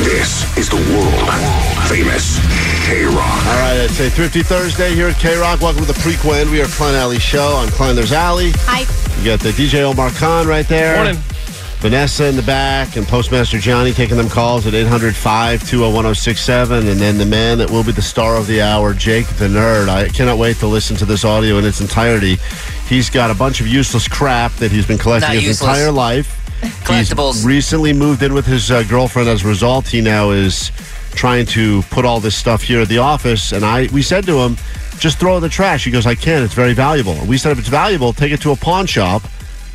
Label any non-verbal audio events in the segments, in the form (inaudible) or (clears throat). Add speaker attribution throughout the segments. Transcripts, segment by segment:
Speaker 1: This is the world famous K Rock.
Speaker 2: All right, it's a Thrifty Thursday here at K Rock. Welcome to the prequel. We are Klein Alley Show. I'm Klein. There's Alley.
Speaker 3: Hi.
Speaker 2: You got the DJ Omar Khan right there.
Speaker 4: Morning.
Speaker 2: Vanessa in the back and Postmaster Johnny taking them calls at 800 520 1067. And then the man that will be the star of the hour, Jake the Nerd. I cannot wait to listen to this audio in its entirety. He's got a bunch of useless crap that he's been collecting
Speaker 5: Not
Speaker 2: his
Speaker 5: useless.
Speaker 2: entire life.
Speaker 5: Collectibles.
Speaker 2: He's recently moved in with his uh, girlfriend. As a result, he now is trying to put all this stuff here at the office. And I, we said to him, just throw it in the trash. He goes, I can't. It's very valuable. And we said, if it's valuable, take it to a pawn shop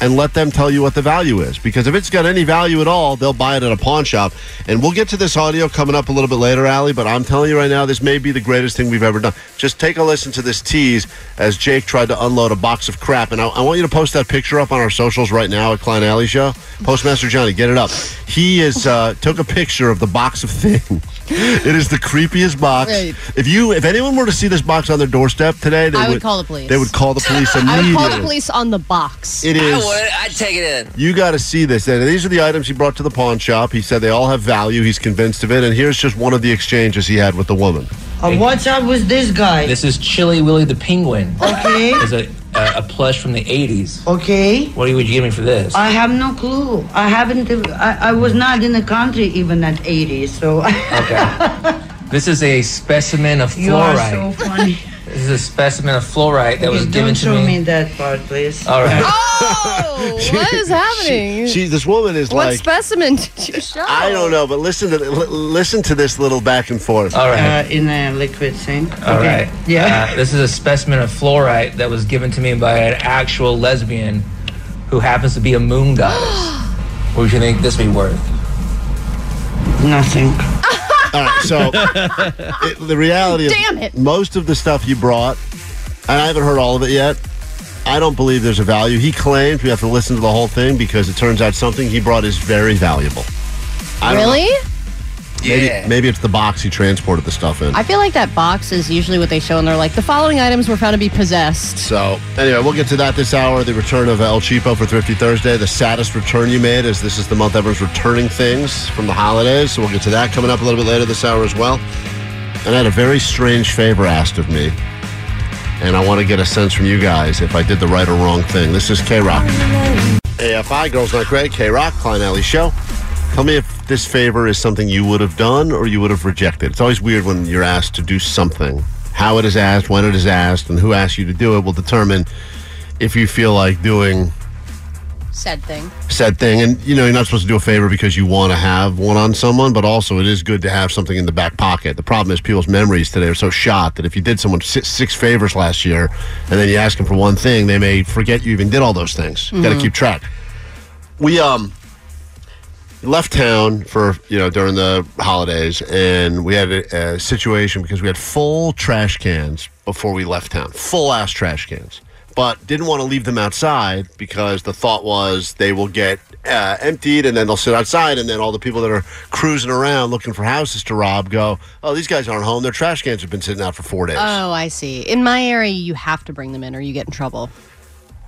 Speaker 2: and let them tell you what the value is. Because if it's got any value at all, they'll buy it at a pawn shop. And we'll get to this audio coming up a little bit later, Allie. But I'm telling you right now, this may be the greatest thing we've ever done. Just take a listen to this tease as Jake tried to unload a box of crap. And I, I want you to post that picture up on our socials right now at Klein Alley Show. Postmaster Johnny, get it up. He is uh, took a picture of the box of things. (laughs) It is the creepiest box.
Speaker 6: Right.
Speaker 2: If you, if anyone were to see this box on their doorstep today, they
Speaker 6: I would call the police.
Speaker 2: They would call the
Speaker 6: (laughs)
Speaker 2: police
Speaker 6: I
Speaker 2: immediately.
Speaker 6: would call the police on the box.
Speaker 2: It
Speaker 5: I
Speaker 2: is.
Speaker 5: would. I'd take it in.
Speaker 2: You got to see this. And these are the items he brought to the pawn shop. He said they all have value. He's convinced of it. And here's just one of the exchanges he had with the woman.
Speaker 7: Uh, what's up with this guy?
Speaker 8: This is Chili Willy the Penguin.
Speaker 7: Okay,
Speaker 8: It's a, a, a plush from the 80s.
Speaker 7: okay.
Speaker 8: What would you give me for this?
Speaker 7: I have no clue. I haven't. I, I was not in the country even at 80, so (laughs)
Speaker 8: Okay. this is a specimen of
Speaker 7: you are so
Speaker 8: fluorite.
Speaker 7: funny.
Speaker 8: this is a specimen of fluorite (laughs) that was
Speaker 7: Please
Speaker 8: given
Speaker 7: don't
Speaker 8: to
Speaker 7: show
Speaker 8: me. Uh,
Speaker 7: me. that part, please.
Speaker 8: All right.
Speaker 3: (laughs)
Speaker 7: (laughs)
Speaker 3: Oh, what is happening?
Speaker 2: (laughs) She, this woman is
Speaker 3: what
Speaker 2: like,
Speaker 3: specimen did you show?
Speaker 2: I don't know, but listen to li- listen to this little back and forth.
Speaker 8: All right.
Speaker 7: Uh, in a liquid sink.
Speaker 8: All right.
Speaker 7: Yeah.
Speaker 8: Uh, this is a specimen of fluorite that was given to me by an actual lesbian who happens to be a moon goddess.
Speaker 7: (gasps)
Speaker 8: what would you think this would be worth?
Speaker 7: Nothing.
Speaker 2: All right, so it, the reality is,
Speaker 3: Damn it.
Speaker 2: most of the stuff you brought, and I haven't heard all of it yet. I don't believe there's a value. He claims we have to listen to the whole thing because it turns out something he brought is very valuable. I don't know.
Speaker 3: Really?
Speaker 2: Maybe,
Speaker 5: Yeah.
Speaker 2: maybe it's the box he transported the stuff in.
Speaker 6: I feel like that box is usually what they show, and they're like, the following items were found to be possessed.
Speaker 2: So, anyway, we'll get to that this hour. The return of El Cheapo for Thrifty Thursday. The saddest return you made, as this is the month everyone's returning things from the holidays. So, we'll get to that coming up a little bit later this hour as well. And I had a very strange favor asked of me. And I want to get a sense from you guys if I did the right or wrong thing. This is K Rock. AFI, Girls Not Great, K Rock, Klein Alley Show. Tell me if this favor is something you would have done or you would have rejected. It's always weird when you're asked to do something. How it is asked, when it is asked, and who asks you to do it will determine if you feel like doing
Speaker 6: Said thing.
Speaker 2: said thing. And you know, you're not supposed to do a favor because you want to have one on someone, but also it is good to have something in the back pocket. The problem is people's memories today are so shot that if you did someone six, six favors last year and then you ask them for one thing, they may forget you even did all those things. You Got to keep track. We um left town for you know during the holidays, and we had a, a situation because we had full trash cans before we left town, full ass trash cans, but didn't want to leave them outside because the thought was they will get uh, emptied and then they'll sit outside, and then all the people that are cruising around looking for houses to rob go, oh these guys aren't home, their trash cans have been sitting out for four days.
Speaker 6: Oh, I see. In my area, you have to bring them in or you get in trouble.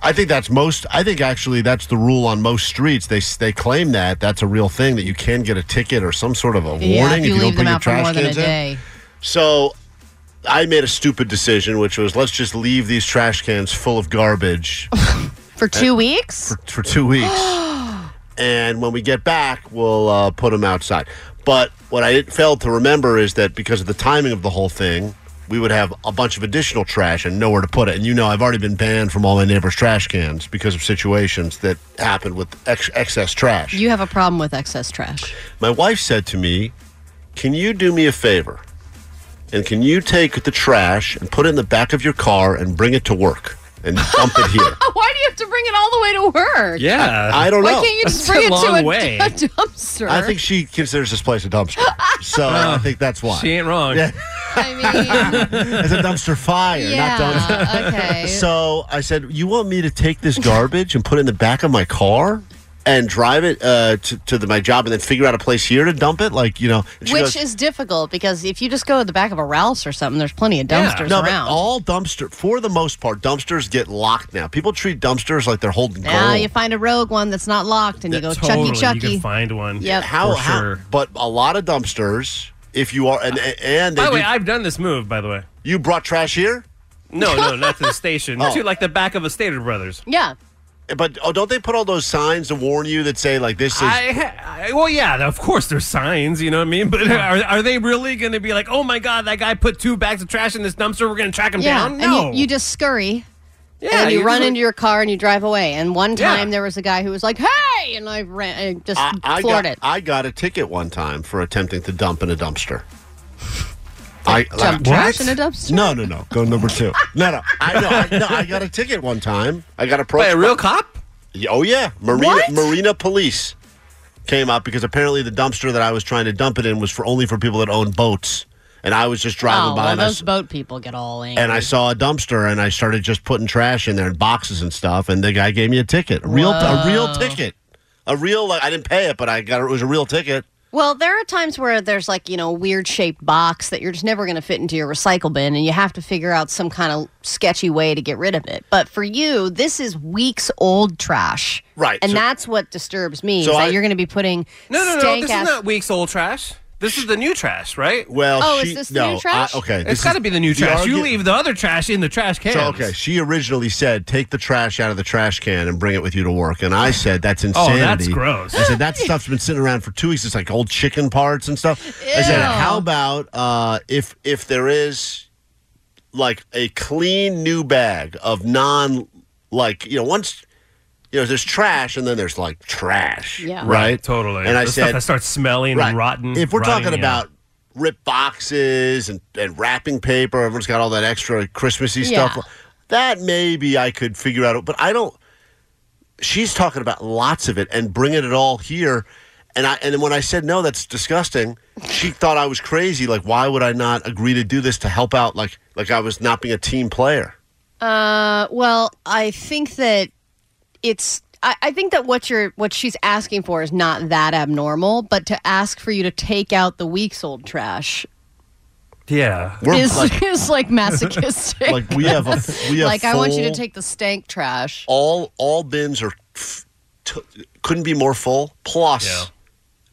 Speaker 2: I think that's most. I think actually that's the rule on most streets. They they claim that that's a real thing that you can get a ticket or some sort of a warning
Speaker 6: yeah, if you,
Speaker 2: don't
Speaker 6: leave
Speaker 2: bring
Speaker 6: them
Speaker 2: your
Speaker 6: out for
Speaker 2: trash
Speaker 6: more than a
Speaker 2: cans in.
Speaker 6: day.
Speaker 2: So I made a stupid decision, which was let's just leave these trash cans full of garbage
Speaker 6: For two weeks? (gasps)
Speaker 2: for two weeks, and when we get back, we'll uh, put them outside. But what I didn't- failed to remember is that because of the timing of the whole thing, we would have a bunch of additional trash and nowhere to put it. And you know, I've already been banned from all my neighbors' trash cans because of situations that happened with ex- excess trash.
Speaker 6: You have a problem with excess trash.
Speaker 2: my wife said to me, Can you do me a favor? And can you take the trash and put it in the back of your car and bring it to work and dump
Speaker 6: (laughs)
Speaker 2: it here?
Speaker 6: Why do you have to bring it all the way to work?
Speaker 4: Yeah.
Speaker 2: I don't
Speaker 6: Why
Speaker 2: know.
Speaker 6: can't you just
Speaker 4: That's a
Speaker 6: bring it to
Speaker 4: long
Speaker 6: a, (laughs)
Speaker 4: way.
Speaker 6: a dumpster?
Speaker 2: I think she considers this place a
Speaker 6: (laughs)
Speaker 2: dumpster. So I think that's why.
Speaker 4: She ain't wrong.
Speaker 2: Yeah. (laughs)
Speaker 6: I mean,
Speaker 2: It's a dumpster fire, not dumpster. (laughs)
Speaker 6: yeah. Okay.
Speaker 2: So I said, "You want me to take this garbage and put it in the back of my car and drive it uh, to, to the, my job, and then figure out a place here to dump it? Like you know?" And she
Speaker 6: Which
Speaker 2: goes,
Speaker 6: is difficult because if you just go to the back of a Ralph's or something, there's plenty of
Speaker 4: Yeah.
Speaker 6: dumpsters
Speaker 2: no, but
Speaker 6: around.
Speaker 2: all dumpster for the most part, dumpsters get locked now. People treat dumpsters like they're holding
Speaker 6: now
Speaker 2: gold.
Speaker 6: Ah, you find a rogue one that's not locked and you go E.
Speaker 4: totally.
Speaker 6: Chucky
Speaker 4: You
Speaker 6: Chucky.
Speaker 4: can find one.
Speaker 6: Yep.
Speaker 2: how,
Speaker 4: For
Speaker 2: how-
Speaker 4: sure.
Speaker 2: But a lot of dumpsters, if you are and and they
Speaker 4: By the
Speaker 2: do-
Speaker 4: way, I've done this move. By the way,
Speaker 2: you brought trash here,
Speaker 4: no, no,
Speaker 2: (laughs)
Speaker 4: not to the station.
Speaker 2: Oh.
Speaker 4: To like the back of a Stater Brothers.
Speaker 6: yeah.
Speaker 2: but oh, don't they put all those signs to warn you that say like this is
Speaker 4: I, I well, yeah, of course there's signs, you know what I mean. But are, are they really going to be like, oh my god, that guy put two bags of trash in this dumpster? We're going to track him
Speaker 6: Yeah.
Speaker 4: down? No,
Speaker 6: And you, you just scurry
Speaker 4: yeah,
Speaker 6: and you
Speaker 4: you're
Speaker 6: run
Speaker 4: just
Speaker 6: into your car and you drive away. And one
Speaker 4: Yeah.
Speaker 6: time there was a guy who was like, hey! And I ran and just
Speaker 2: I, I
Speaker 6: floored
Speaker 2: got
Speaker 6: it.
Speaker 2: I got a ticket one time for attempting to dump in a dumpster. I
Speaker 4: What?
Speaker 6: Dump trash in a dumpster.
Speaker 2: no no no go number two
Speaker 6: (laughs)
Speaker 2: no no I know I, no, I got a ticket one time I got
Speaker 4: like,
Speaker 2: approached
Speaker 4: by a real cop.
Speaker 2: by- oh yeah marina
Speaker 6: What?
Speaker 2: marina police came up because apparently the dumpster that I was trying to dump it in was for only for people that own boats and I was just driving
Speaker 6: Oh,
Speaker 2: by
Speaker 6: well,
Speaker 2: and I
Speaker 6: those
Speaker 2: s-
Speaker 6: boat people get all angry.
Speaker 2: and I saw a dumpster and I started just putting trash in there and boxes and stuff and the guy gave me a ticket a real a real ticket a real like I didn't pay it but I got it was a real ticket
Speaker 6: Well, there are times where there's like, you know, weird shaped box that you're just never going to fit into your recycle bin and you have to figure out some kind of sketchy way to get rid of it. But for you, this is weeks old trash.
Speaker 2: Right,
Speaker 6: And
Speaker 2: so-
Speaker 6: that's what disturbs me
Speaker 2: So
Speaker 6: is that
Speaker 2: I-
Speaker 6: you're going to be putting
Speaker 4: No, no, no.
Speaker 6: stank
Speaker 4: This
Speaker 6: ass
Speaker 4: is not weeks old trash. This is the new trash, right?
Speaker 2: Well,
Speaker 6: Oh, is
Speaker 2: she-
Speaker 6: this the
Speaker 2: no,
Speaker 6: new trash?
Speaker 2: I- okay,
Speaker 4: it's got to be the new trash. you
Speaker 2: argu-
Speaker 4: leave the other trash in the trash can.
Speaker 2: So, okay, she originally said, "Take the trash out of the trash can and bring it with you to work," and I said, "That's insanity."
Speaker 4: Oh, that's gross.
Speaker 2: I said that stuff's been sitting around for two weeks. It's like old chicken parts and stuff. I said,
Speaker 6: Ew.
Speaker 2: "How about uh, if if there is like a clean new bag of non like you know once." You know, there's trash, and then there's like trash,
Speaker 6: Yeah.
Speaker 2: right?
Speaker 4: Totally.
Speaker 2: And I
Speaker 4: the
Speaker 2: said,
Speaker 4: stuff that starts smelling and rotten.
Speaker 2: if we're
Speaker 4: rotting,
Speaker 2: talking
Speaker 4: yeah.
Speaker 2: about rip boxes and, and wrapping paper, everyone's got all that extra Christmassy
Speaker 6: Yeah.
Speaker 2: stuff. That maybe I could figure out, but I don't. She's talking about lots of it and bringing it all here, and I and then when I said no, that's disgusting. She thought I was crazy. Like, why would I not agree to do this to help out? Like, like I was not being a team player.
Speaker 6: Uh, well, I think that it's. I, I think that what you're, what she's asking for is not that abnormal, but to ask for you to take out the weeks old trash
Speaker 4: yeah.
Speaker 2: We're
Speaker 6: is
Speaker 2: like,
Speaker 6: (laughs) is like masochistic.
Speaker 2: (laughs) like we have a we have
Speaker 6: (laughs) like I want you to
Speaker 2: full-
Speaker 6: take the stank trash.
Speaker 2: all all bins are f- t- couldn't be more full. Plus,
Speaker 4: Yeah.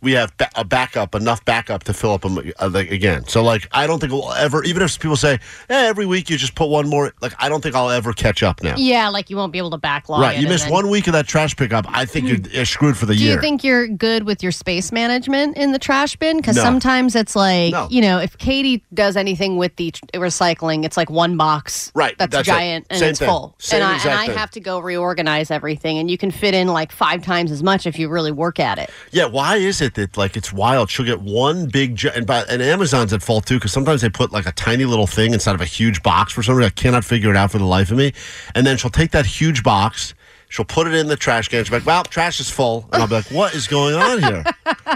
Speaker 2: we have ba- a backup, enough backup to fill up 'em, uh, like, again. So, like, I don't think we'll ever. Even if people say, "Eh, every week you just put one more," like, I don't think I'll ever catch up now.
Speaker 6: Yeah, like you won't be able to backlog.
Speaker 2: right?
Speaker 6: it
Speaker 2: You
Speaker 6: and
Speaker 2: miss
Speaker 6: then-
Speaker 2: one week of that trash pickup, I think you're, you're screwed for the
Speaker 6: Do
Speaker 2: year.
Speaker 6: you think you're good with your space management in the trash bin? Because
Speaker 2: No.
Speaker 6: sometimes it's like
Speaker 2: No.
Speaker 6: you know, if Katie does anything with the tr- recycling, it's like one box,
Speaker 2: Right,
Speaker 6: That's,
Speaker 2: that's it.
Speaker 6: giant and
Speaker 2: Same
Speaker 6: it's
Speaker 2: thing.
Speaker 6: full,
Speaker 2: Same
Speaker 6: and, I, and
Speaker 2: exact
Speaker 6: I
Speaker 2: thing.
Speaker 6: have to go reorganize everything. And you can fit in like five times as much if you really work at it.
Speaker 2: Yeah, why is it that like it's wild? She'll get one big ju- and by, and Amazon's at fault too because sometimes they put like a tiny little thing inside of a huge box for somebody. I cannot figure it out for the life of me. And then she'll take that huge box, she'll put it in the trash can. She's like, "Well, trash is full," and I'll be like, "What is going on here?"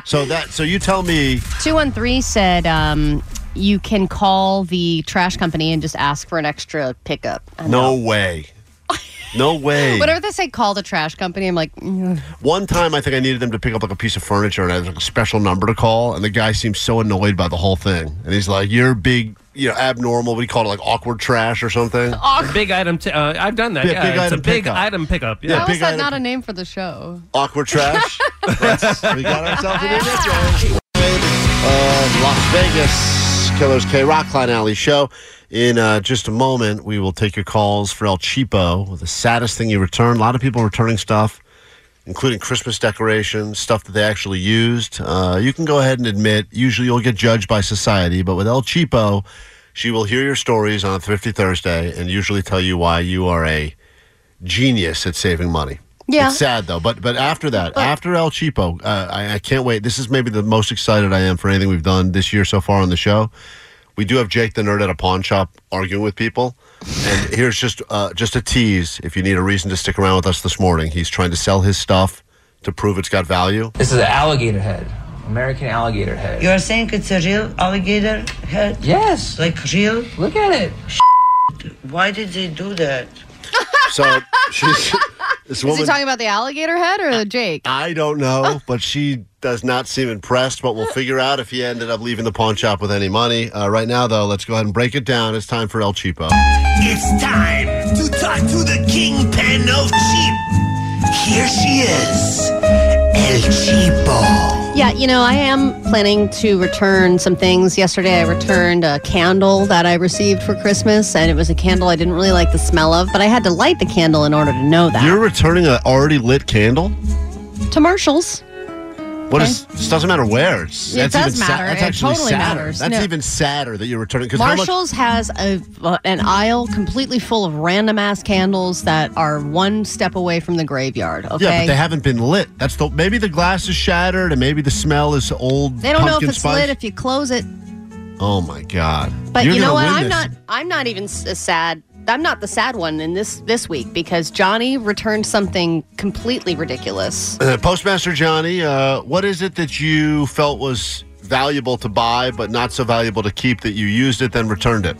Speaker 2: so that so you tell me,
Speaker 6: Two one three said. um you can call the trash company and just ask for an extra pickup. I know.
Speaker 2: no way, no way.
Speaker 6: Whatever they say, call the trash company. I'm like, "Mm,
Speaker 2: One time, I think I needed them to pick up like a piece of furniture, and I had like, a special number to call. And the guy seemed so annoyed by the whole thing, and he's like, "You're big, you know, abnormal. What do you call it? Like awkward trash or something."
Speaker 4: Big item. T- uh, I've done that.
Speaker 2: Yeah,
Speaker 4: Yeah,
Speaker 2: big
Speaker 4: it's
Speaker 2: item
Speaker 4: a big
Speaker 2: pickup.
Speaker 4: item pickup.
Speaker 2: Yeah,
Speaker 4: Yeah.
Speaker 6: How is
Speaker 2: big
Speaker 6: that
Speaker 2: item-
Speaker 6: not a name for the show?
Speaker 2: awkward trash. That's- we got ourselves a new nickname. Uh, Las Vegas Killers K Rock Line Alley show. In uh, just a moment, we will take your calls for El Cheapo. The saddest thing you return. A lot of people returning stuff. including Christmas decorations, stuff that they actually used. Uh, you can go ahead and admit, usually you'll get judged by society, but with El Cheapo, she will hear your stories on Thrifty Thursday and usually tell you why you are a genius at saving money.
Speaker 6: Yeah.
Speaker 2: It's sad though, but but after that, after El Cheapo, uh, I, I can't wait. This is maybe the most excited I am for anything we've done this year so far on the show. We do have Jake the nerd at a pawn shop arguing with people, and here's just uh, just a tease. If you need a reason to stick around with us this morning, he's trying to sell his stuff to prove it's got value.
Speaker 8: This is an alligator head, American alligator head.
Speaker 7: You are saying it's a real alligator head?
Speaker 8: yes,
Speaker 7: Like real?
Speaker 8: look at it.
Speaker 7: Why did they do that?
Speaker 6: (laughs)
Speaker 2: So she's this
Speaker 3: Is
Speaker 2: woman.
Speaker 3: he talking about the alligator head or the Jake?
Speaker 2: I don't
Speaker 6: (laughs)
Speaker 2: know, but she does not seem impressed. But we'll figure out if he ended up leaving the pawn shop with any money. Uh, right now, though, let's go ahead and break it down. It's time for El Cheapo.
Speaker 5: It's time to talk to the kingpin of cheap. Here she is, El Cheapo.
Speaker 6: Yeah, you know, I am planning to return some things. Yesterday, I returned a candle that I received for Christmas, and it was a candle I didn't really like the smell of, but I had to light the candle in order to know that.
Speaker 2: You're returning an already lit candle.
Speaker 6: to Marshall's.
Speaker 2: What is? This doesn't matter where. It's,
Speaker 6: It does
Speaker 2: even
Speaker 6: matter.
Speaker 2: that's
Speaker 6: It
Speaker 2: actually
Speaker 6: totally
Speaker 2: sadder.
Speaker 6: matters.
Speaker 2: That's
Speaker 6: No.
Speaker 2: even sadder that you're returning. 'cause how much-
Speaker 6: Marshall's has a uh, an aisle completely full of random ass candles that are one step away from the graveyard. Okay,
Speaker 2: yeah, but they haven't been lit. That's the maybe the glass is shattered and maybe the smell is old.
Speaker 6: They don't know if
Speaker 2: pumpkin
Speaker 6: it's
Speaker 2: spice.
Speaker 6: lit if you close it.
Speaker 2: oh my god!
Speaker 6: But
Speaker 2: You're
Speaker 6: you know
Speaker 2: gonna
Speaker 6: what?
Speaker 2: win
Speaker 6: I'm not.
Speaker 2: this.
Speaker 6: I'm not even s- as sad. I'm not the sad one in this this week because Johnny returned something completely ridiculous.
Speaker 2: Uh, (clears throat) Postmaster Johnny, uh, what is it that you felt was valuable to buy but not so valuable to keep that you used it then returned it?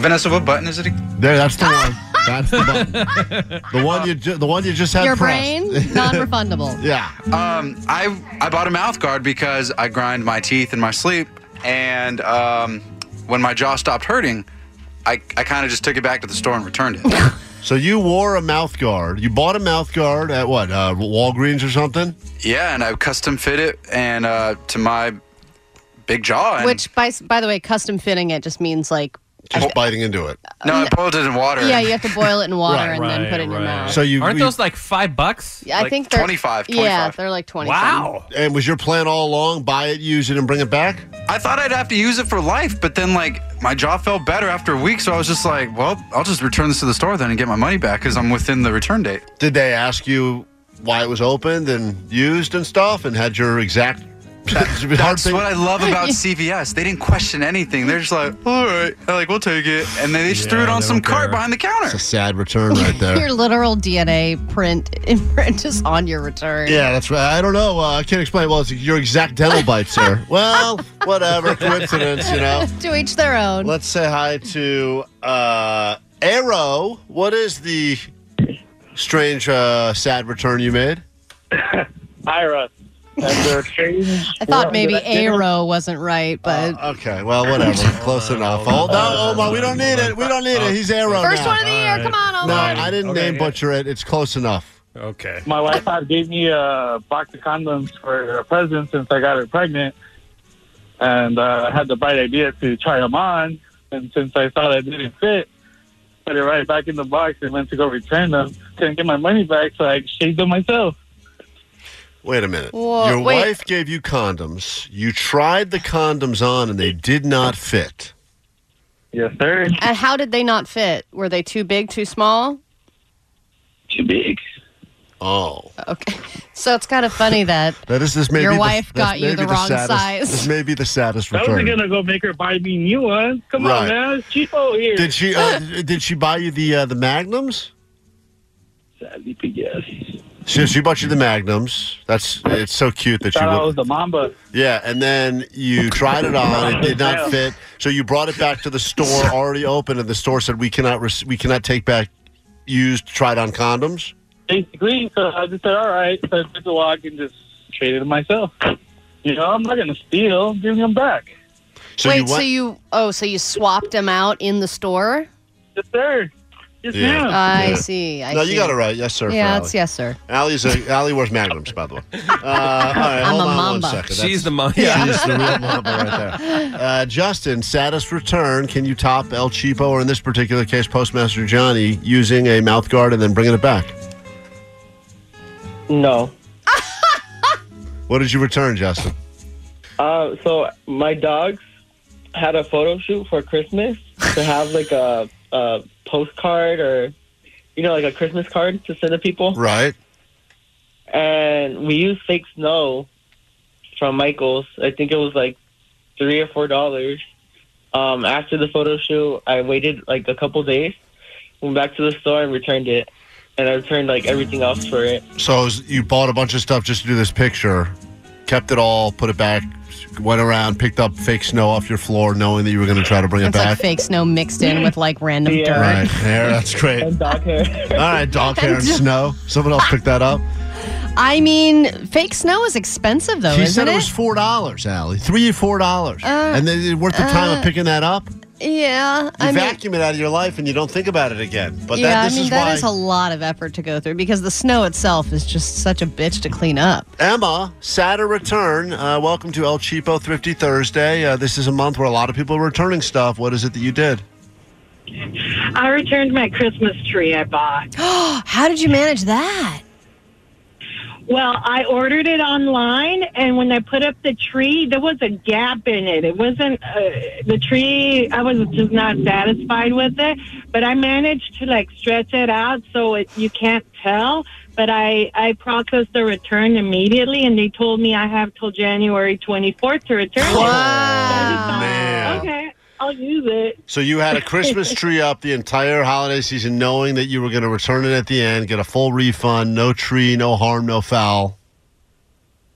Speaker 9: Vanessa, what button is it?
Speaker 2: There, that's
Speaker 6: (laughs)
Speaker 2: the one. That's the one. The one you ju- the one you just had
Speaker 6: Your
Speaker 2: pressed.
Speaker 6: brain
Speaker 2: (laughs)
Speaker 6: non-refundable.
Speaker 2: Yeah.
Speaker 9: Um, I I bought a mouth guard because I grind my teeth in my sleep, and um, when my jaw stopped hurting, I, I kind of just took it back to the store and returned it.
Speaker 6: (laughs)
Speaker 2: So you wore a mouth guard. You bought a mouth guard at what? Uh, Walgreens or something?
Speaker 9: yeah, and I custom fit it and uh, to my big jaw. And,
Speaker 6: Which, by s- by the way, custom fitting it just means like
Speaker 2: Just biting into it.
Speaker 9: no, I boiled it in water.
Speaker 6: yeah, you have to boil it
Speaker 2: (laughs)
Speaker 6: in water
Speaker 2: Right,
Speaker 6: and then put it in your mouth.
Speaker 2: So you-
Speaker 4: aren't
Speaker 2: you-
Speaker 4: those like five bucks?
Speaker 6: I
Speaker 9: like
Speaker 6: think they're
Speaker 9: 25,
Speaker 6: Yeah,
Speaker 9: 25.
Speaker 6: they're like twenty.
Speaker 4: Wow.
Speaker 2: And was your plan all along buy it, use it, and bring it back?
Speaker 9: I thought I'd have to use it for life, but then like my jaw felt better after a week, so I was just like, well, I'll just return this to the store then and get my money back because I'm within the return date.
Speaker 2: Did they ask you why it was opened and used and stuff and had your exact (laughs) hard
Speaker 9: That's
Speaker 2: thing?
Speaker 9: what I love about CVS. They didn't question anything. They're just like, all right, They're like we'll take it, and then they just threw it on
Speaker 4: they
Speaker 9: some
Speaker 4: don't care.
Speaker 9: cart behind the counter.
Speaker 2: It's a sad return
Speaker 9: (laughs)
Speaker 2: right
Speaker 6: Your
Speaker 2: there.
Speaker 6: literal DNA print (laughs) imprint is on your return.
Speaker 2: Yeah, that's right. I don't know. Uh, I can't explain. Well, it's your exact dental
Speaker 9: (laughs)
Speaker 2: bite, sir. Well, whatever. Coincidence, you know.
Speaker 6: (laughs) To each their own.
Speaker 2: Let's say hi to uh, Arrow. What is the strange, uh, sad return you made?
Speaker 10: Ira. And their change.
Speaker 6: I thought maybe Aero wasn't right, but
Speaker 2: Uh, Okay, well, whatever.
Speaker 9: (laughs)
Speaker 2: Close enough. Oh, no, Omar, we don't need it. We don't need it. He's Arrow
Speaker 6: first
Speaker 2: now.
Speaker 6: one of the year. Come on,
Speaker 2: no,
Speaker 6: Omar.
Speaker 2: I didn't
Speaker 4: Okay,
Speaker 2: name
Speaker 4: yeah.
Speaker 2: butcher it. It's close enough.
Speaker 4: Okay.
Speaker 10: My wife had gave me a box of condoms for a present since I got her pregnant, and uh, I had the bright idea to try them on. And since I thought I didn't fit, put it right back in the box and went to go return them. Couldn't get my money back, so I exchanged them myself.
Speaker 2: Wait a minute.
Speaker 3: Whoa,
Speaker 2: Your
Speaker 3: wait.
Speaker 2: wife gave you condoms. You tried the condoms on and they did not fit.
Speaker 10: Yes, sir.
Speaker 6: And how did they not fit? Were they too big, too small?
Speaker 10: Too big.
Speaker 2: Oh.
Speaker 6: Okay. (laughs) So it's kind of funny that
Speaker 2: That is this may
Speaker 6: Your
Speaker 2: be the-
Speaker 6: wife
Speaker 2: this
Speaker 6: got you
Speaker 2: may
Speaker 6: the
Speaker 2: be
Speaker 6: wrong
Speaker 2: saddest-
Speaker 6: size.
Speaker 2: This may be the saddest
Speaker 10: I
Speaker 2: return.
Speaker 10: wasn't gonna go make her buy me new ones. Come
Speaker 2: Right.
Speaker 10: on, man, it's cheapo here.
Speaker 2: Did she uh, did she buy you the uh, the magnums?
Speaker 10: Sadly, yes.
Speaker 2: She, she bought you the magnums. That's it's so cute that
Speaker 10: Thought I
Speaker 2: you
Speaker 10: was
Speaker 2: would.
Speaker 10: the Mamba.
Speaker 2: Yeah, and then you tried it on. It did not fit. So you brought it back to the store already open, and the store said we cannot rec- we cannot take back used tried on condoms.
Speaker 10: basically, so I just said, all right. So I took a walk and just traded them myself. You know, I'm not going to steal. Give them back.
Speaker 2: So
Speaker 6: wait,
Speaker 2: you went.
Speaker 6: so you oh, so you swapped them out in the store?
Speaker 10: Yes, sir. Yes,
Speaker 2: Yeah.
Speaker 10: ma'am.
Speaker 6: I
Speaker 2: Yeah.
Speaker 6: see. I
Speaker 2: no,
Speaker 6: see.
Speaker 2: you got it right. Yes, sir.
Speaker 6: Yeah,
Speaker 2: for
Speaker 6: it's yes, sir.
Speaker 2: Allie. Allie's a, Allie wears magnums,
Speaker 6: (laughs)
Speaker 2: by the way. Uh, all right,
Speaker 6: I'm
Speaker 2: hold
Speaker 6: a
Speaker 2: on
Speaker 6: mamba.
Speaker 2: one
Speaker 4: (laughs)
Speaker 2: second.
Speaker 4: She's the mom.
Speaker 2: Yeah, she's the (laughs) real mamba
Speaker 6: (laughs)
Speaker 2: right there. Uh, Justin, saddest return. Can you top El Cheapo, or in this particular case, Postmaster Johnny, using a mouth guard and then bringing it back?
Speaker 11: No.
Speaker 2: What did you return, Justin?
Speaker 11: Uh, so my dogs had a photo shoot for Christmas to have like a, a postcard or, you know, like a Christmas card to send to people.
Speaker 2: Right.
Speaker 11: And we used fake snow from Michaels. I think it was like three or four dollars. Um, after the photo shoot, I waited like a couple days, went back to the store and returned it. And I returned like everything else for it.
Speaker 2: So it was- you bought a bunch of stuff just to do this picture, kept it all, put it back, went around, picked up fake snow off your floor, knowing that you were going to try to bring it
Speaker 6: It's like
Speaker 2: back.
Speaker 6: fake snow mixed in with like random dirt.
Speaker 2: Right there, that's
Speaker 6: (laughs)
Speaker 2: great.
Speaker 11: dog hair.
Speaker 2: All right, dog hair and snow. Someone else picked that up.
Speaker 6: I mean, fake snow is expensive though,
Speaker 2: she
Speaker 6: Oh, isn't Oh.
Speaker 2: said it was four dollars, Allie. Three or four dollars, and then it's worth the time
Speaker 6: uh,
Speaker 2: of picking that up.
Speaker 6: Yeah,
Speaker 2: You
Speaker 6: I mean,
Speaker 2: vacuum it out of your life, and you don't think about it again. But
Speaker 6: yeah,
Speaker 2: that, this
Speaker 6: I mean
Speaker 2: is
Speaker 6: that
Speaker 2: why
Speaker 6: is a lot of effort to go through because the snow itself is just such a bitch to clean up.
Speaker 2: Emma, sad to return. Uh, welcome to El Cheapo Thrifty Thursday. Uh, this is a month where a lot of people are returning stuff. What is it that you did?
Speaker 12: (laughs) I returned my Christmas tree I bought.
Speaker 6: (gasps) How did you manage that?
Speaker 12: Well, I ordered it online, and when I put up the tree, there was a gap in it. It wasn't uh, the tree. I was just not satisfied with it, but I managed to like stretch it out so it you can't tell. But I I processed the return immediately, and they told me I have till January twenty fourth to return it.
Speaker 2: Man.
Speaker 12: Okay, I'll use it.
Speaker 2: So you had a Christmas tree up the entire holiday season, knowing that you were going to return it at the end, get a full refund, no tree, no harm, no foul.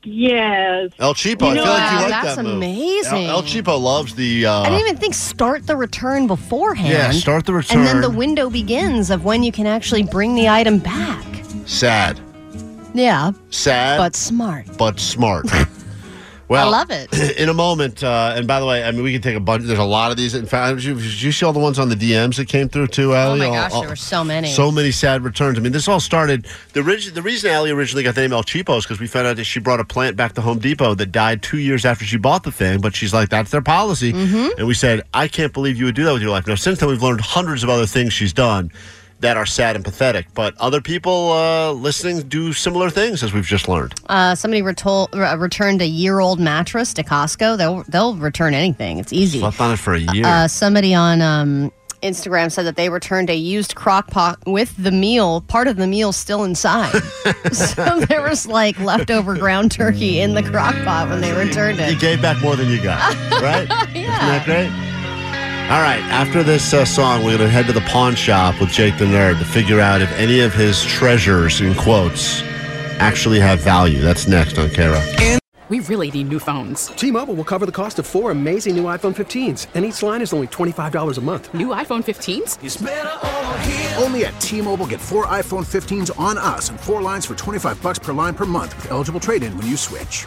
Speaker 12: Yes.
Speaker 2: El Cheapo,
Speaker 6: You know,
Speaker 2: Oh, I feel like you
Speaker 6: wow,
Speaker 2: like
Speaker 6: that's
Speaker 2: that move.
Speaker 6: amazing.
Speaker 2: El, El Cheapo loves the. Uh,
Speaker 6: I didn't even think start the return beforehand.
Speaker 2: Yeah, start the
Speaker 6: And then the
Speaker 2: return.
Speaker 6: window begins of when you can actually bring the item back.
Speaker 2: sad,
Speaker 6: Yeah,
Speaker 2: sad,
Speaker 6: but smart.
Speaker 2: but smart.
Speaker 6: (laughs)
Speaker 2: Well,
Speaker 6: I love it.
Speaker 2: (clears throat) In a moment, uh, and by the way, I mean we can take a bunch. There's a lot of these. In fact, did you, did you see all the ones on the DMs that came through too,
Speaker 6: Oh
Speaker 2: Allie?
Speaker 6: my
Speaker 2: All-
Speaker 6: gosh,
Speaker 2: all-
Speaker 6: there were so many.
Speaker 2: uh, So many sad returns. I mean, this all started. The, orig- the reason Allie originally got the name El Cheapo is because we found out that she brought a plant back to Home Depot that died two years after she bought the thing. But she's like, that's their policy.
Speaker 13: Mhm.
Speaker 2: And we said, I can't believe you would do that with your life. Now, since then, we've learned hundreds of other things she's done that are sad and pathetic. But other people uh, listening do similar things, as we've just learned.
Speaker 6: Uh, somebody retol- re- returned a year-old mattress to Costco. They'll they'll return anything. It's easy.
Speaker 2: Slept on it for a year.
Speaker 6: Uh, somebody on um, Instagram said that they returned a used crock pot with the meal, part of the meal still inside. so there was like leftover ground turkey in the crock pot when they returned
Speaker 2: You
Speaker 6: it.
Speaker 2: gave back more than you
Speaker 14: (laughs)
Speaker 2: got, right? Isn't
Speaker 6: yeah.
Speaker 2: that great? All right, after this uh, song, we're going to head to the pawn shop with Jake the Nerd to figure out if any of his treasures, in quotes, actually have value. That's next on Kara.
Speaker 15: We really need new phones. T-Mobile will cover the cost of four amazing new iPhone 15s, and each line is only twenty-five dollars a month. New iPhone 15s?
Speaker 16: Only at T-Mobile, get four iPhone 15s on us and four lines for 25 bucks per line per month with eligible trade-in when you switch.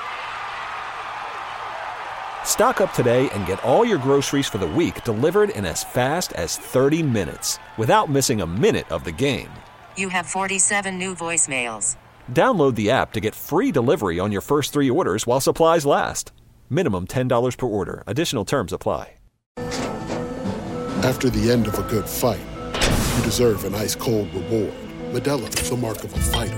Speaker 17: Stock up today and get all your groceries for the week delivered in as fast as 30 minutes without missing a minute of the game.
Speaker 18: You have 47 new voicemails.
Speaker 17: Download the app to get free delivery on your first three orders while supplies last. Minimum $10 per order. Additional terms apply.
Speaker 19: After the end of a good fight, you deserve an ice cold reward. Medella is the mark of a fighter.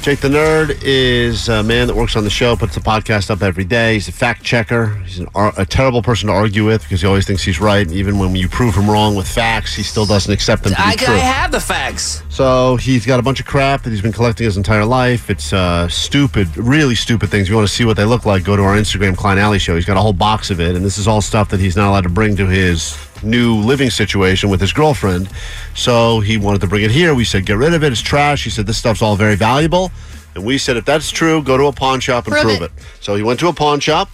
Speaker 2: Jake the Nerd is a man that works on the show, puts the podcast up every day. He's a fact checker. He's an, ar- a terrible person to argue with because he always thinks he's right. And even when you prove him wrong with facts, he still doesn't accept them to be
Speaker 14: I,
Speaker 2: true.
Speaker 14: I have the facts.
Speaker 2: So he's got a bunch of crap that he's been collecting his entire life. It's uh, stupid, really stupid things. If you want to see what they look like, go to our Instagram, Klein Alley Show. He's got a whole box of it, and this is all stuff that he's not allowed to bring to his new living situation with his girlfriend. So he wanted to bring it here. We said, get rid of it. It's trash. He said, this stuff's all very valuable. And we said, if that's true, go to a pawn shop and
Speaker 5: Prove
Speaker 2: prove
Speaker 5: it.
Speaker 2: it. So he went to a pawn shop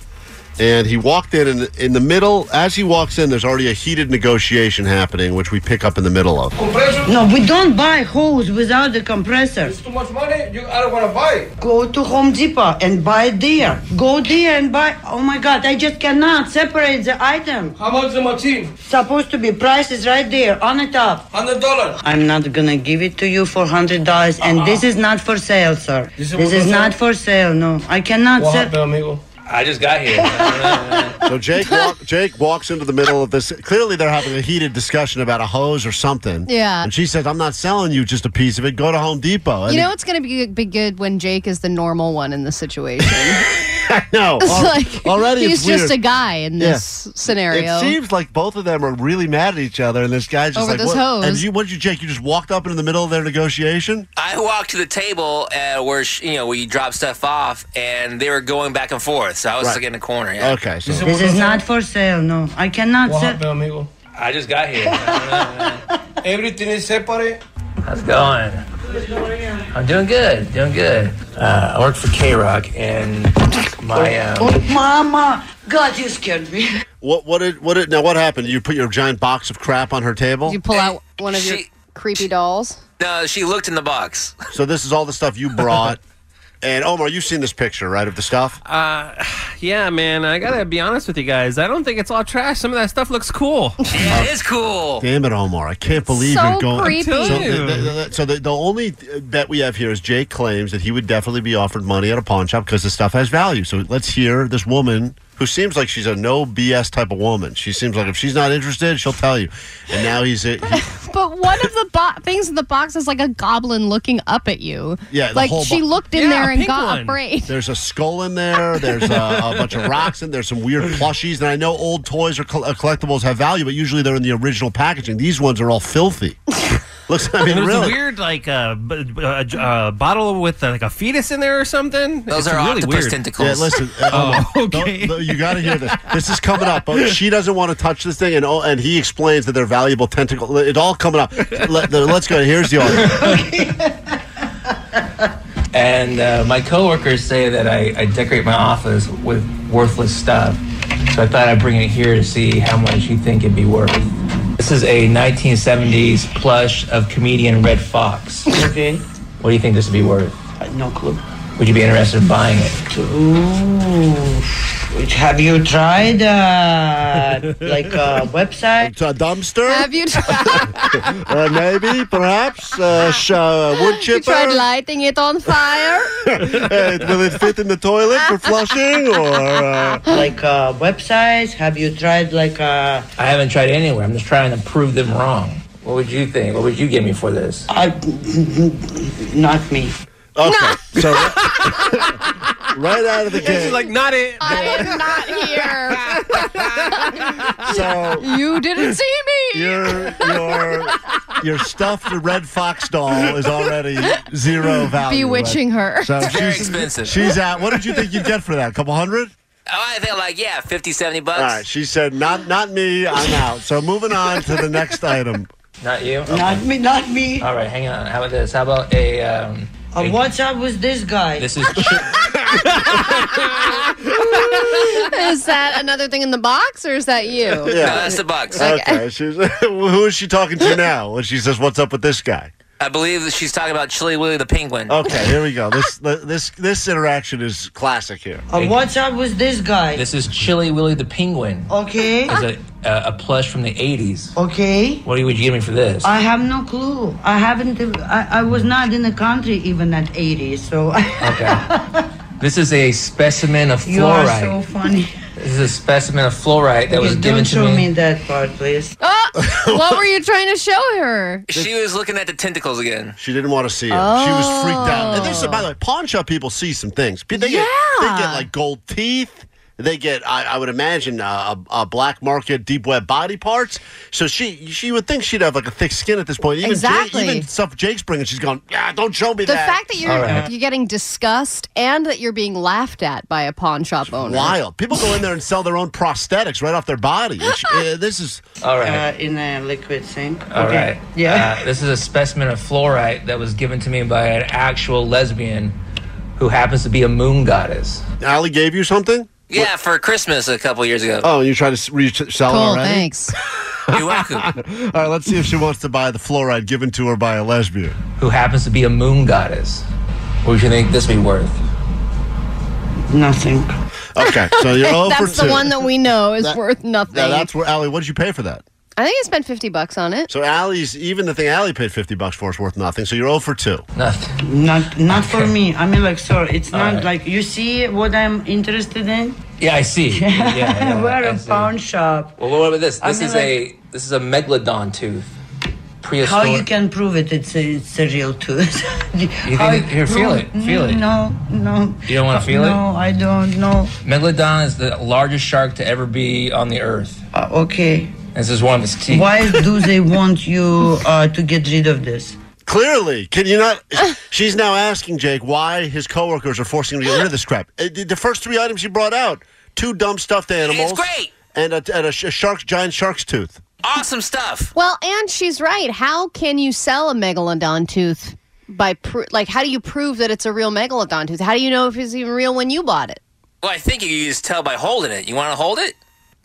Speaker 2: and he walked in, and in the middle, as he walks in, there's already a heated negotiation happening, which we pick up in the middle of.
Speaker 7: No, we don't buy hose without the compressor. It's too much money. You, I don't want to buy. Go to Home Depot and buy it there. Go there and buy. Oh my God, I just cannot separate the item. How much the machine? Supposed to be price is right there on the top. Hundred dollars. I'm not gonna give it to you for hundred dollars, and this is not for sale, sir. This is,
Speaker 8: is for
Speaker 7: not for sale. No, I cannot.
Speaker 8: What
Speaker 7: sep-
Speaker 8: happened, amigo? I just got here.
Speaker 6: (laughs)
Speaker 2: So Jake walk, Jake walks into the middle of this. Clearly, they're having a heated discussion about a hose or something.
Speaker 6: Yeah.
Speaker 2: And she says, "I'm not selling you just a piece of it. Go to Home Depot." And
Speaker 6: You know it's going to be, be good when Jake is the normal one in this situation.
Speaker 2: (laughs) I know.
Speaker 6: It's
Speaker 2: Al-
Speaker 6: like
Speaker 2: already
Speaker 6: he's
Speaker 2: it's
Speaker 6: just
Speaker 2: weird.
Speaker 6: a guy in
Speaker 2: Yeah.
Speaker 6: this scenario.
Speaker 2: It seems like both of them are really mad at each other, and this guy's just
Speaker 6: Over
Speaker 2: like,
Speaker 6: this
Speaker 2: what?
Speaker 6: hose.
Speaker 2: And you, what did you, Jake? You just walked up into the middle of their negotiation.
Speaker 13: I walked to the table uh, where sh- you know where you drop stuff off, and they were going back and forth. So I was
Speaker 2: Right.
Speaker 13: stuck in the corner. Yeah.
Speaker 8: Oh,
Speaker 2: Okay, so
Speaker 7: This is not for sale. No, I cannot.
Speaker 8: What
Speaker 7: sep-
Speaker 8: happened, amigo? I just got here. (laughs) Everything is separate. How's it going? I'm doing good. Doing good. Uh, I work for K Rock, and my um,
Speaker 7: Oh, Mama, God, you scared me.
Speaker 2: What? What did? What did? Now, what happened? You put your giant box of crap on her table.
Speaker 6: you pull out one of your creepy dolls.
Speaker 13: No, she looked in the box. (laughs)
Speaker 2: so this is all the stuff
Speaker 6: (laughs)
Speaker 2: you brought. and Omar, you've seen this picture, right, of the stuff?
Speaker 4: Uh, yeah, man. I gotta be honest with you guys. I don't think it's all trash. Some of that stuff looks cool.
Speaker 2: (laughs)
Speaker 13: yeah, it is cool.
Speaker 2: Damn it, Omar! I can't believe
Speaker 4: So
Speaker 2: you're going.
Speaker 4: creepy.
Speaker 2: So,
Speaker 4: I'm telling
Speaker 2: the,
Speaker 4: you.
Speaker 2: the- the- so the, the only bet we have here is Jake claims that he would definitely be offered money at a pawn shop because the stuff has value. So let's hear this woman who seems like she's a no BS type of woman. She seems like if she's not interested, she'll tell you. And now he's a, he,
Speaker 6: But one of the bo- things in the box is like a goblin looking up at you.
Speaker 2: yeah, the
Speaker 6: like
Speaker 2: whole
Speaker 6: she
Speaker 2: bo-
Speaker 6: looked in there and got afraid.
Speaker 2: There's a skull in there. There's a, a bunch of rocks in there. Some weird plushies. And I know old toys or col- uh, collectibles have value, but usually they're in the original packaging. These ones are all filthy. (laughs) Looks, I mean,
Speaker 4: there's
Speaker 2: really.
Speaker 4: a weird like uh, b- b- uh, j- uh, bottle with uh, like a fetus in there or something.
Speaker 13: Those
Speaker 4: It's
Speaker 13: are
Speaker 4: really
Speaker 13: octopus
Speaker 4: weird.
Speaker 13: tentacles.
Speaker 2: Yeah, listen. uh,
Speaker 4: oh, (laughs) okay.
Speaker 2: no, you got to hear this. This is coming up. but She doesn't want to touch this thing, and oh, and he explains that they're valuable tentacle. It all coming up. Let, us go. Here's the audio.
Speaker 8: and uh, my coworkers say that I, I decorate my office with worthless stuff. So I thought I'd bring it here to see how much you think it'd be worth. This is a 1970s plush of comedian Red Fox. Okay. What do you think this would be worth? No clue. Would you be interested in buying it?
Speaker 7: Ooh. Have you tried uh,
Speaker 8: (laughs)
Speaker 7: like a website?
Speaker 2: It's a dumpster.
Speaker 6: (laughs) Have you tried,
Speaker 2: Uh, maybe, perhaps, uh, sh- uh,
Speaker 6: Um,
Speaker 2: wood
Speaker 6: you
Speaker 2: chipper.
Speaker 6: tried lighting it on fire?
Speaker 2: (laughs) Uh, will it fit in the toilet for flushing or uh...
Speaker 7: like uh, websites? Have you tried like uh,
Speaker 8: I haven't tried anywhere. I'm just trying to prove them wrong. What would you think? What would you give me for this?
Speaker 7: I, not me.
Speaker 6: (laughs)
Speaker 2: Okay, so right out of the
Speaker 4: She's
Speaker 2: gate.
Speaker 4: like, not it.
Speaker 6: (laughs) I am not here.
Speaker 2: So-
Speaker 6: (laughs) you didn't see me.
Speaker 2: Your your your stuffed red fox doll is already zero value.
Speaker 6: Bewitching her.
Speaker 2: So
Speaker 13: It's very
Speaker 2: she's-
Speaker 13: expensive.
Speaker 2: She's out. What did you think you'd get for that? A couple hundred?
Speaker 13: Oh, I think like yeah, 50, 70 bucks.
Speaker 2: All right. She said, "Not not me. I'm out." So moving on to the next (laughs) item.
Speaker 8: Not you?
Speaker 7: Not me. Not me.
Speaker 8: All right, hang on. How about this? How about a um,
Speaker 7: Uh, what's up with this guy?
Speaker 13: (laughs)
Speaker 8: this is chi-
Speaker 6: (laughs) is that another thing in the box, or is that
Speaker 2: (laughs)
Speaker 6: you?
Speaker 13: Uh, the box.
Speaker 2: Okay. She's, (laughs) who is she talking to now? When she says, "What's up with this guy?"
Speaker 13: I believe that she's talking about Chili Willy the penguin.
Speaker 2: Okay. Here we go. This this this interaction is classic here.
Speaker 7: Uh, what's up with this guy?
Speaker 8: this is Chili Willy the penguin.
Speaker 7: Okay.
Speaker 8: It's a, a, a plush from the '80s.
Speaker 7: Okay.
Speaker 8: What would you give me for this?
Speaker 7: I have no clue. I haven't. I, I was not in the country even at 80, so (laughs)
Speaker 8: This is a specimen of
Speaker 7: you are
Speaker 8: fluorite.
Speaker 7: so funny.
Speaker 8: This is a specimen of fluorite that was
Speaker 7: Please
Speaker 8: given
Speaker 7: don't
Speaker 8: to
Speaker 7: show
Speaker 8: me.
Speaker 7: me that part, please.
Speaker 6: Oh, what were you trying to show her?
Speaker 13: She was looking at the tentacles again.
Speaker 2: She didn't want to see him. She was freaked out. And there's, by the way, pawn shop people see some things. They get, they
Speaker 13: Yeah.
Speaker 2: get like gold teeth. They get, I, I would imagine, uh, a, a black market, deep web body parts. So she she would think she'd have like a thick skin at this point. Even Jake-
Speaker 6: Exactly.
Speaker 2: even stuff Jake's bringing, she's going, yeah, don't show me
Speaker 6: The
Speaker 2: that.
Speaker 6: fact that you're you're getting discussed and that you're being laughed at by a pawn shop owner.
Speaker 2: wild. People go in there and sell their own prosthetics right off their
Speaker 6: (laughs)
Speaker 2: body. Which, uh, this is
Speaker 7: Uh, in a liquid sink.
Speaker 8: All right.
Speaker 7: Yeah.
Speaker 8: Uh, this is a specimen of fluorite that was given to me by an actual lesbian who happens to be a moon goddess.
Speaker 2: Allie gave you something?
Speaker 13: Yeah, for Christmas a couple years ago.
Speaker 2: Oh, you try to s- re- sell it already?
Speaker 13: You're welcome.
Speaker 2: All right, let's see if she wants to buy the fluoride given to her by a lesbian.
Speaker 8: Who happens to be a moon goddess. What would you think this be worth?
Speaker 7: Nothing.
Speaker 2: Okay, so you're
Speaker 6: (laughs)
Speaker 2: over
Speaker 6: that's the one that we know is worth nothing.
Speaker 2: Now that's where Allie. What did you pay for that?
Speaker 6: I think I spent fifty bucks on it.
Speaker 2: So Allie's even the thing Allie paid fifty bucks for is worth nothing. So you're 0 for two.
Speaker 8: Nothing.
Speaker 7: Not not for me. I mean, like, sorry, it's not like you see what I'm interested in.
Speaker 8: Yeah, I
Speaker 7: (laughs)
Speaker 8: see. Yeah, yeah,
Speaker 7: We're
Speaker 8: I
Speaker 7: a
Speaker 8: see.
Speaker 7: pawn shop.
Speaker 8: Well, what about this?
Speaker 7: I
Speaker 8: This
Speaker 7: mean,
Speaker 8: is
Speaker 7: like-
Speaker 8: a this is a megalodon tooth.
Speaker 7: How
Speaker 8: Prehistoric.
Speaker 7: you can prove it? It's a, it's a real tooth. (laughs) you
Speaker 8: think- here, feel it, feel it.
Speaker 7: No, no.
Speaker 8: You don't wanna feel it?
Speaker 7: Uh, No, I don't know.
Speaker 8: Megalodon is the largest shark to ever be on the earth.
Speaker 7: Uh, okay.
Speaker 8: This is one of its teeth.
Speaker 7: Why do they want you uh, to get rid of this?
Speaker 2: Clearly, can you (laughs) not? She's now asking Jake why his coworkers are forcing him to get rid of this crap. Uh, The the first three items you brought out: two dumb stuffed animals,
Speaker 13: great.
Speaker 2: and a, and a, sh- a shark's giant shark's tooth.
Speaker 13: Awesome stuff.
Speaker 6: Well, and she's right. How can you sell a megalodon tooth by pro- like? How do you prove that it's a real megalodon tooth? How do you know if it's even real when you bought it?
Speaker 13: Well, I think you can just tell by holding it. You want to hold it?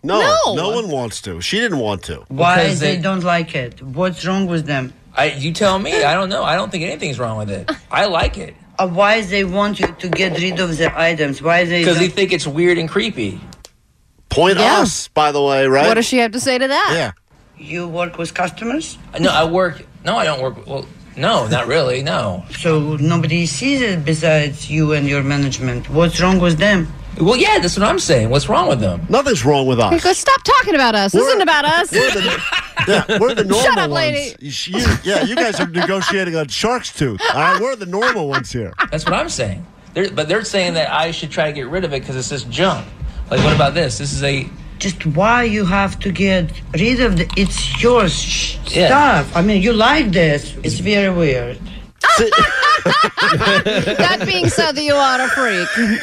Speaker 2: No,
Speaker 13: No.
Speaker 2: no, one wants to. She didn't want to.
Speaker 7: Why they, don't like it? What's wrong with them?
Speaker 8: I, you tell me. I don't know. I don't think anything's wrong with it. I like it
Speaker 7: Uh, why they want you to get rid of the items? Why they?
Speaker 8: because they
Speaker 7: don't-
Speaker 8: think it's weird and creepy.
Speaker 2: Point
Speaker 7: Yeah.
Speaker 2: us, by the way, right?
Speaker 6: What does she have to say to that?
Speaker 7: You work with customers,
Speaker 8: No, I work. No, I don't work. Well, no, not really. No.
Speaker 7: so nobody sees it besides you and your management. What's wrong with them?
Speaker 8: Well, yeah, that's what I'm saying. What's wrong with them?
Speaker 2: Nothing's wrong with us.
Speaker 6: Because stop talking about us. This
Speaker 2: We're-
Speaker 6: isn't about
Speaker 2: (laughs)
Speaker 6: us.
Speaker 2: we're the- Yeah, we're (laughs) the normal
Speaker 6: Shut up,
Speaker 2: ones.
Speaker 6: lady.
Speaker 2: You, yeah, you guys are negotiating on shark's tooth. All right, we're the normal ones here.
Speaker 8: That's what I'm saying. They're, but they're saying that I should try to get rid of it because it's just junk. Like, what about this? This is a
Speaker 7: Just why you have to get rid of the? It's your sh-
Speaker 8: Yeah.
Speaker 7: stuff. I mean, you like this. It's very weird.
Speaker 6: that being said, that you are a freak.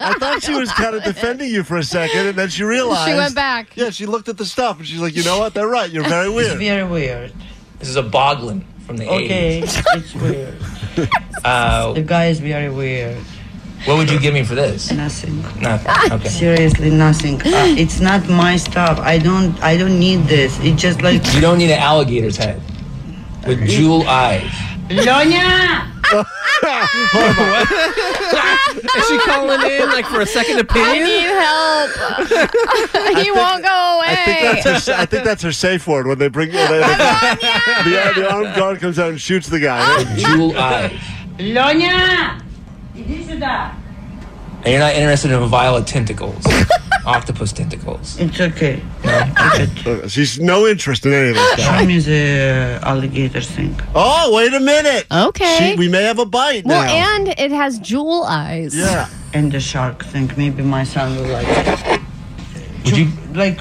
Speaker 2: I thought she was kind of defending you for a second, and then she realized
Speaker 6: She went back.
Speaker 2: Yeah, she looked at the stuff and she's like, "You know what? They're right. You're very weird."
Speaker 7: very weird.
Speaker 8: this is a boglin from the
Speaker 7: Okay,
Speaker 8: 80s.
Speaker 7: it's weird.
Speaker 8: Uh,
Speaker 7: The guy is very weird.
Speaker 8: what would you give me for this?
Speaker 7: Nothing. Ah,
Speaker 8: Nothing. Okay.
Speaker 7: Seriously, nothing. Uh, it's not my stuff. I don't. I don't need this. It's just like.
Speaker 8: You don't need an alligator's head with jewel eyes.
Speaker 7: Lonya.
Speaker 4: Is she calling in like for a second
Speaker 6: I
Speaker 4: opinion?
Speaker 6: need (laughs) help. he
Speaker 2: think-
Speaker 6: won't go away.
Speaker 2: I think that's her, I think that's her safe word when they bring when they, (laughs) the, the armed guard comes out and shoots the guy.
Speaker 8: Jewel eyes.
Speaker 7: Lonya. Иди сюда.
Speaker 8: And you're not interested in violet tentacles, octopus tentacles.
Speaker 7: It's okay.
Speaker 2: She's no interest in any of this.
Speaker 7: Show me the alligator thing.
Speaker 2: Oh, wait a minute.
Speaker 6: Okay.
Speaker 2: She- we may have a bite
Speaker 6: well,
Speaker 2: now.
Speaker 6: and it has jewel eyes.
Speaker 2: yeah.
Speaker 7: And the shark thing. Maybe my son will like. it.
Speaker 8: Would you
Speaker 7: Like,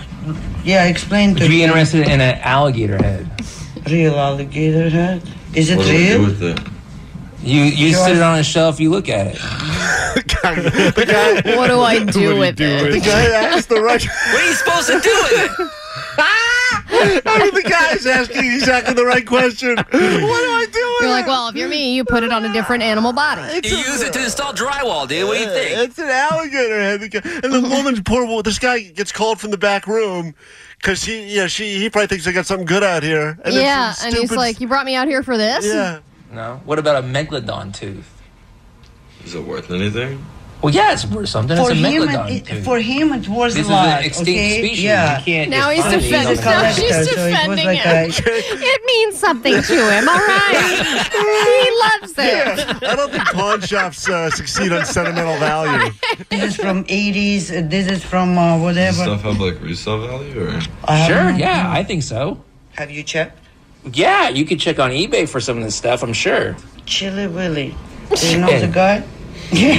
Speaker 7: yeah. Explain
Speaker 8: would
Speaker 7: to
Speaker 8: you be
Speaker 7: him.
Speaker 8: interested in an alligator head?
Speaker 7: Real alligator head. Is it real?
Speaker 8: You you
Speaker 7: Sure.
Speaker 8: sit it on a shelf. You look at it.
Speaker 2: The guy,
Speaker 6: What do
Speaker 2: (laughs)
Speaker 6: I do with it?
Speaker 2: the guy asked the right. (laughs)
Speaker 13: What are you supposed to do with it?
Speaker 2: I mean, the guy's asking exactly the right question. What do I do?
Speaker 6: (laughs) You're like, well, if you're me, you put it on a different animal
Speaker 2: (laughs)
Speaker 6: body.
Speaker 13: You use it to install drywall, dude. What do you think?
Speaker 2: It's an alligator head. The guy-
Speaker 13: (laughs)
Speaker 2: And the woman's poor woman. This guy gets called from the back room because he, yeah, she, he probably thinks I got something good out here. And
Speaker 6: yeah,
Speaker 2: it's some
Speaker 6: and he's
Speaker 2: stupid-
Speaker 6: like, you brought me out here for this?
Speaker 2: yeah.
Speaker 8: No. What about a megalodon tooth?
Speaker 12: Is it worth anything?
Speaker 8: Well, yeah, it's worth something.
Speaker 7: For
Speaker 8: it's a
Speaker 7: him,
Speaker 8: megalodon
Speaker 7: it,
Speaker 8: tooth.
Speaker 7: for him, it was
Speaker 8: This is
Speaker 7: a
Speaker 8: an
Speaker 7: lot.
Speaker 8: extinct
Speaker 7: okay?
Speaker 8: species.
Speaker 7: Yeah.
Speaker 8: You can't
Speaker 6: Now
Speaker 8: just
Speaker 6: he's
Speaker 8: find
Speaker 6: defending.
Speaker 8: these on
Speaker 6: Now
Speaker 8: the
Speaker 7: collector,
Speaker 6: she's
Speaker 7: so it was
Speaker 6: defending
Speaker 7: like
Speaker 6: him. (laughs) It means something to him. All
Speaker 2: (laughs)
Speaker 6: right, he loves it.
Speaker 2: I don't think
Speaker 6: (laughs)
Speaker 2: pawn shops uh, succeed on sentimental value.
Speaker 7: This is from 80s. uh, This is from uh,
Speaker 12: Does
Speaker 7: whatever.
Speaker 12: stuff have like resale value or?
Speaker 7: I
Speaker 8: Sure.
Speaker 7: haven't-
Speaker 8: Yeah, I think so.
Speaker 7: Have you checked?
Speaker 8: Yeah, you could check on eBay for some of this stuff. I'm sure.
Speaker 7: Chili Willy. Do you know the guy? (laughs)
Speaker 2: you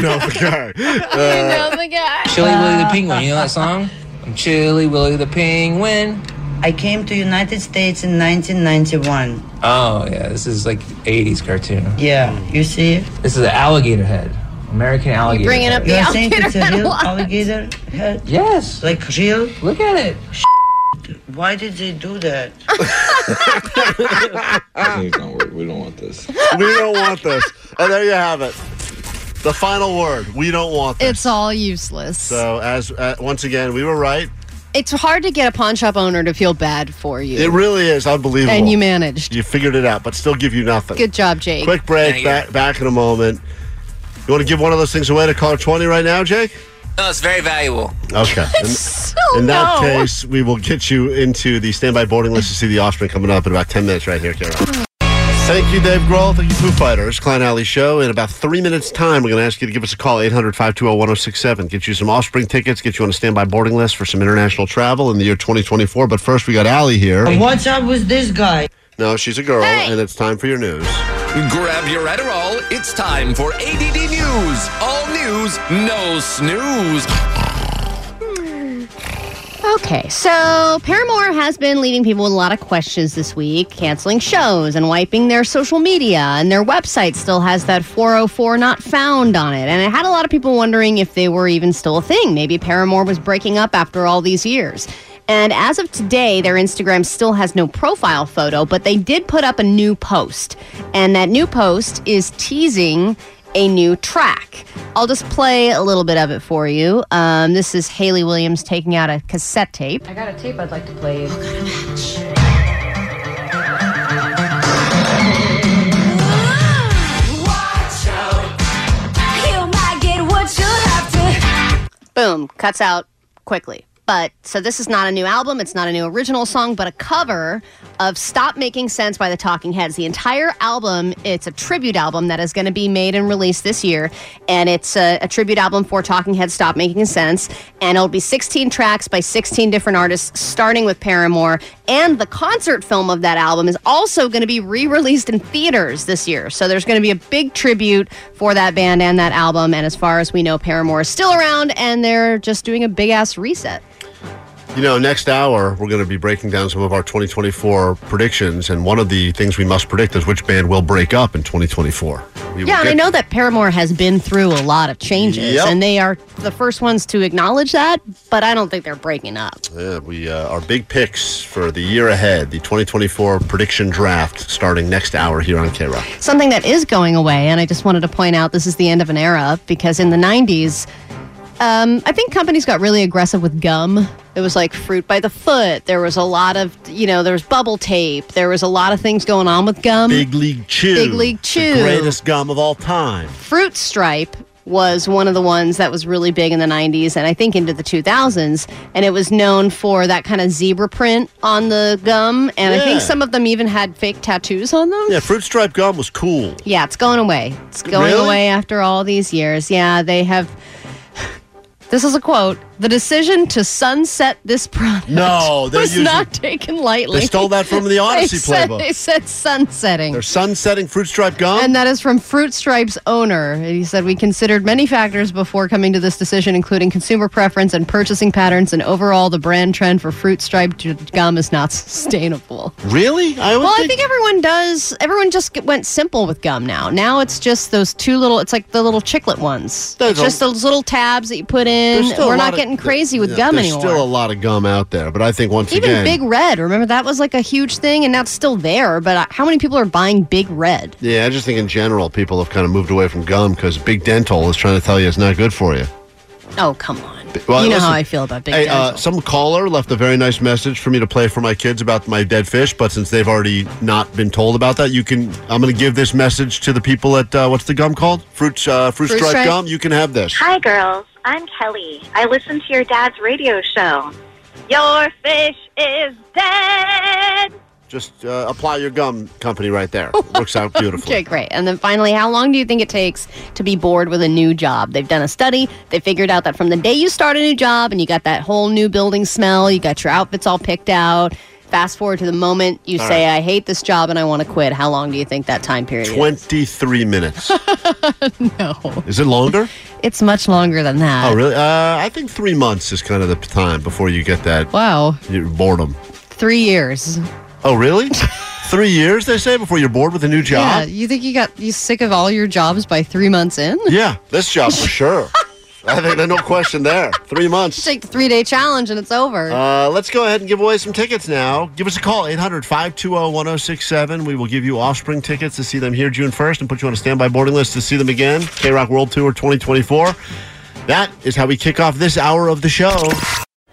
Speaker 2: know the guy.
Speaker 6: know the guy.
Speaker 8: Chili Willy the Penguin. You know that song? I'm Chili Willy the Penguin.
Speaker 7: I came to United States in 1991.
Speaker 8: Oh yeah, this is like '80s cartoon.
Speaker 7: Yeah, you see.
Speaker 8: This is an alligator head, American alligator.
Speaker 7: bringing
Speaker 8: head.
Speaker 7: You're saying it's a
Speaker 6: (laughs)
Speaker 7: real alligator head?
Speaker 8: Yes.
Speaker 7: Like real?
Speaker 8: Look at it.
Speaker 7: Why did they do that?
Speaker 14: Please don't worry. We don't want this.
Speaker 2: we don't want this. And there you have it. The final word. We don't want this.
Speaker 6: It's all useless.
Speaker 2: So as uh, once again, we were right.
Speaker 6: It's hard to get a pawn shop owner to feel bad for you.
Speaker 2: It really is unbelievable.
Speaker 6: And you managed.
Speaker 2: You figured it out, but still give you nothing.
Speaker 6: Good job, Jake.
Speaker 2: Quick break. Back, back in a moment. You want to give one of those things away to caller twenty right now, Jake?
Speaker 13: No, it's very valuable.
Speaker 2: Okay.
Speaker 6: (laughs)
Speaker 2: In,
Speaker 6: Oh,
Speaker 2: in that case, we will get you into the standby boarding list to see the offspring coming up in about 10 minutes right here, Kara. Thank you, Dave Grohl. Thank you, Foo Fighters. Klein Alley Show. In about three minutes' time, we're going to ask you to give us a call, 800 520 1067. Get you some offspring tickets, get you on a standby boarding list for some international travel in the year 2024. But first, we got Allie here.
Speaker 7: What's up with this guy?
Speaker 2: No, she's a girl, and it's time for your news.
Speaker 20: Grab your Adderall. It's time for ADD News. All news, no snooze.
Speaker 6: Okay, so Paramore has been leaving people with a lot of questions this week, canceling shows and wiping their social media, and their website still has that 404 not found on it. And it had a lot of people wondering if they were even still a thing. Maybe Paramore was breaking up after all these years. And as of today, their Instagram still has no profile photo, but they did put up a new post. And that new post is teasing a new track. I'll just play a little bit of it for you. Um, this is Haley Williams taking out a cassette tape.
Speaker 21: I got a tape I'd like to play you.
Speaker 6: Boom, cuts out quickly. But so this is not a new album, it's not a new original song, but a cover of Stop Making Sense by the Talking Heads. The entire album, it's a tribute album that is going to be made and released this year, and it's a, a tribute album for Talking Heads Stop Making Sense, and it'll be 16 tracks by 16 different artists starting with Paramore, and the concert film of that album is also going to be re-released in theaters this year. So there's going to be a big tribute for that band and that album, and as far as we know, Paramore is still around and they're just doing a big ass reset.
Speaker 2: You know, next hour, we're going to be breaking down some of our 2024 predictions. And one of the things we must predict is which band will break up in 2024. We will
Speaker 6: Yeah, and I
Speaker 2: get-
Speaker 6: know that Paramore has been through a lot of changes,
Speaker 2: Yep.
Speaker 6: and they are the first ones to acknowledge that, but I don't think they're breaking up.
Speaker 2: Yeah, we uh, our big picks for the year ahead, the 2024 prediction draft, starting next hour here on K Rock.
Speaker 6: Something that is going away, and I just wanted to point out this is the end of an era because in the 90s, um, I think companies got really aggressive with gum. It was like fruit by the foot. There was a lot of, you know, there was bubble tape. There was a lot of things going on with gum.
Speaker 2: Big League Chew,
Speaker 6: Big League Chew.
Speaker 2: the greatest gum of all time.
Speaker 6: Fruit Stripe was one of the ones that was really big in the 90s and I think into the 2000s. And it was known for that kind of zebra print on the gum. And I
Speaker 2: Yeah.
Speaker 6: think some of them even had fake tattoos on them.
Speaker 2: Yeah, fruit stripe gum was cool.
Speaker 6: Yeah, it's going away. It's going
Speaker 2: Really?
Speaker 6: away after all these years. Yeah, they have. This is a quote. The decision to sunset this product (laughs)
Speaker 2: No, they're
Speaker 6: was
Speaker 2: using-
Speaker 6: not taken lightly.
Speaker 2: They stole that from the
Speaker 6: (laughs) They
Speaker 2: Odyssey
Speaker 6: said-
Speaker 2: playbook.
Speaker 6: They said sunsetting.
Speaker 2: They're sunsetting fruit stripe gum.
Speaker 6: And that is from Fruit Stripe's owner. And He said, We considered many factors before coming to this decision, including consumer preference and purchasing patterns, and overall, the brand trend for Fruit Stripe j- gum is not sustainable.
Speaker 2: Really? I would
Speaker 6: well, I
Speaker 2: think-
Speaker 6: think everyone does. Everyone just get- went simple with gum now. Now it's just those two little, it's like the little chiclet ones.
Speaker 2: There's
Speaker 6: it's
Speaker 2: a-
Speaker 6: just those little tabs that you put in.
Speaker 2: There's still a
Speaker 6: We're
Speaker 2: lot
Speaker 6: not
Speaker 2: of-
Speaker 6: getting crazy with
Speaker 2: Yeah,
Speaker 6: gum
Speaker 2: there's
Speaker 6: anymore.
Speaker 2: still a lot of gum out there, but I think once
Speaker 6: Even
Speaker 2: again,
Speaker 6: Big Red, remember that was like a huge thing, and that's still there. But uh, how many people are buying Big Red?
Speaker 2: yeah, I just think in general people have kind of moved away from gum because Big Dental is trying to tell you it's not good for you.
Speaker 6: Oh, come on.
Speaker 2: Well,
Speaker 6: you know
Speaker 2: listen,
Speaker 6: how I feel about Big
Speaker 2: hey,
Speaker 6: Dental.
Speaker 2: uh, some caller left a very nice message for me to play for my kids about my dead fish, but since they've already not been told about that, you can. I'm going to give this message to the people at uh, what's the gum called? Fruit uh, fruit,
Speaker 22: Fruit
Speaker 2: stripe,
Speaker 22: stripe?
Speaker 2: gum. You can have this.
Speaker 22: Hi, girls. I'm Kelly. I listen to your dad's radio show. Your fish is dead.
Speaker 2: Just uh, apply your gum company
Speaker 6: (laughs)
Speaker 2: right there. Works out beautifully.
Speaker 6: Okay, great. And then finally, how long do you think it takes to be bored with a new job? They've done a study. They figured out that from the day you start a new job and you got that whole new building smell, you got your outfits all picked out. Fast forward to the moment you
Speaker 2: All
Speaker 6: say,
Speaker 2: right.
Speaker 6: I hate this job and I want to quit. How long do you think that time period is? (laughs)
Speaker 2: Twenty three minutes. Is it longer?
Speaker 6: It's much longer than that.
Speaker 2: oh, really? Uh, I think three months is kind of the time before you get that.
Speaker 6: Wow.
Speaker 2: Your boredom.
Speaker 6: Three years.
Speaker 2: Oh,
Speaker 6: (laughs)
Speaker 2: really? three years, they say, before you're bored with a new
Speaker 6: Yeah.
Speaker 2: job?
Speaker 6: You think you got you sick of all your jobs by three months in?
Speaker 2: Yeah, this job for sure. I think there's no question there. Three months.
Speaker 6: Take the three day challenge and it's over.
Speaker 2: Uh, let's go ahead and give away some tickets now. Give us a call, 800 520 1067. We will give you offspring tickets to see them here June 1st and put you on a standby boarding list to see them again. K Rock World Tour 2024. That is how we kick off this hour of the show.